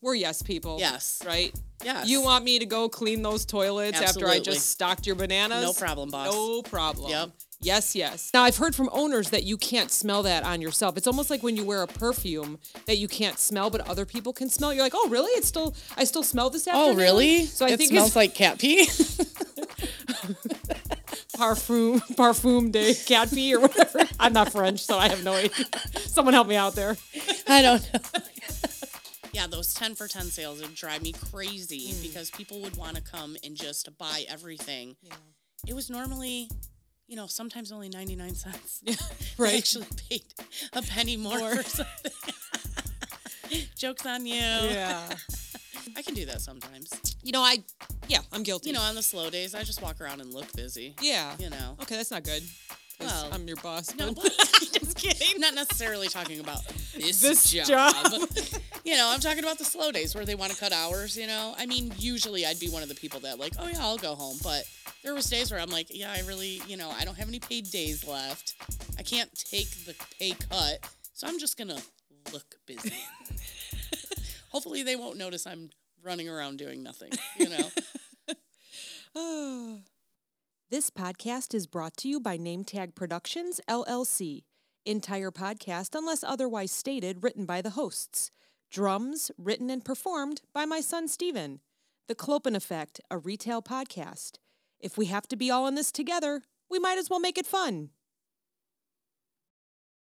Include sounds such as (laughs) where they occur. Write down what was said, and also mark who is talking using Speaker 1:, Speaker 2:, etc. Speaker 1: We're yes people.
Speaker 2: Yes.
Speaker 1: Right?
Speaker 2: Yes.
Speaker 1: You want me to go clean those toilets after I
Speaker 2: Absolutely.
Speaker 1: just stocked your bananas?
Speaker 2: No problem, boss.
Speaker 1: No problem.
Speaker 2: Yep.
Speaker 1: Yes, yes. Now I've heard from owners that you can't smell that on yourself. It's almost like when you wear a perfume that you can't smell, but other people can smell. You're like, oh, really? It's still I still smell this
Speaker 2: Oh,
Speaker 1: afternoon.
Speaker 2: really?
Speaker 1: So I
Speaker 2: it
Speaker 1: think
Speaker 2: smells
Speaker 1: it's
Speaker 2: like cat pee. (laughs)
Speaker 1: parfum (laughs) parfum de cat pee or whatever. (laughs) I'm not French, so I have no idea. Someone help me out there.
Speaker 2: I don't know. (laughs) yeah, those 10 for 10 sales would drive me crazy because people would want to come and just buy everything. It was normally, you know, sometimes only 99 (laughs) cents. I
Speaker 1: Right.
Speaker 2: (laughs) actually paid a penny more, for something. (laughs) Joke's on you.
Speaker 1: Yeah.
Speaker 2: I can do that sometimes.
Speaker 1: You know, I yeah, I'm guilty.
Speaker 2: You know, on the slow days, I just walk around and look busy.
Speaker 1: Yeah.
Speaker 2: You know.
Speaker 1: Okay, that's not good. 'cause
Speaker 2: Well,
Speaker 1: I'm your boss.
Speaker 2: No,
Speaker 1: (laughs)
Speaker 2: (laughs)
Speaker 1: but-
Speaker 2: just (laughs) kidding. Not necessarily talking about this,
Speaker 1: This
Speaker 2: job.
Speaker 1: job.
Speaker 2: (laughs)
Speaker 1: (sighs)
Speaker 2: you know, I'm talking about the slow days where they want to cut hours. You know, I mean, usually I'd be one of the people that like, oh yeah, I'll go home. But there was days where I'm like, yeah, I really, you know, I don't have any paid days left. I can't take the pay cut, so I'm just gonna look busy. Hopefully, they won't notice I'm running around doing nothing. You know.
Speaker 1: This podcast is brought to you by NameTag Productions, LLC. Entire podcast, unless otherwise stated, written by the hosts. Drums, written and performed by my son Steven. The Clopen Effect, a retail podcast. If we have to be all in this together, we might as well make it fun.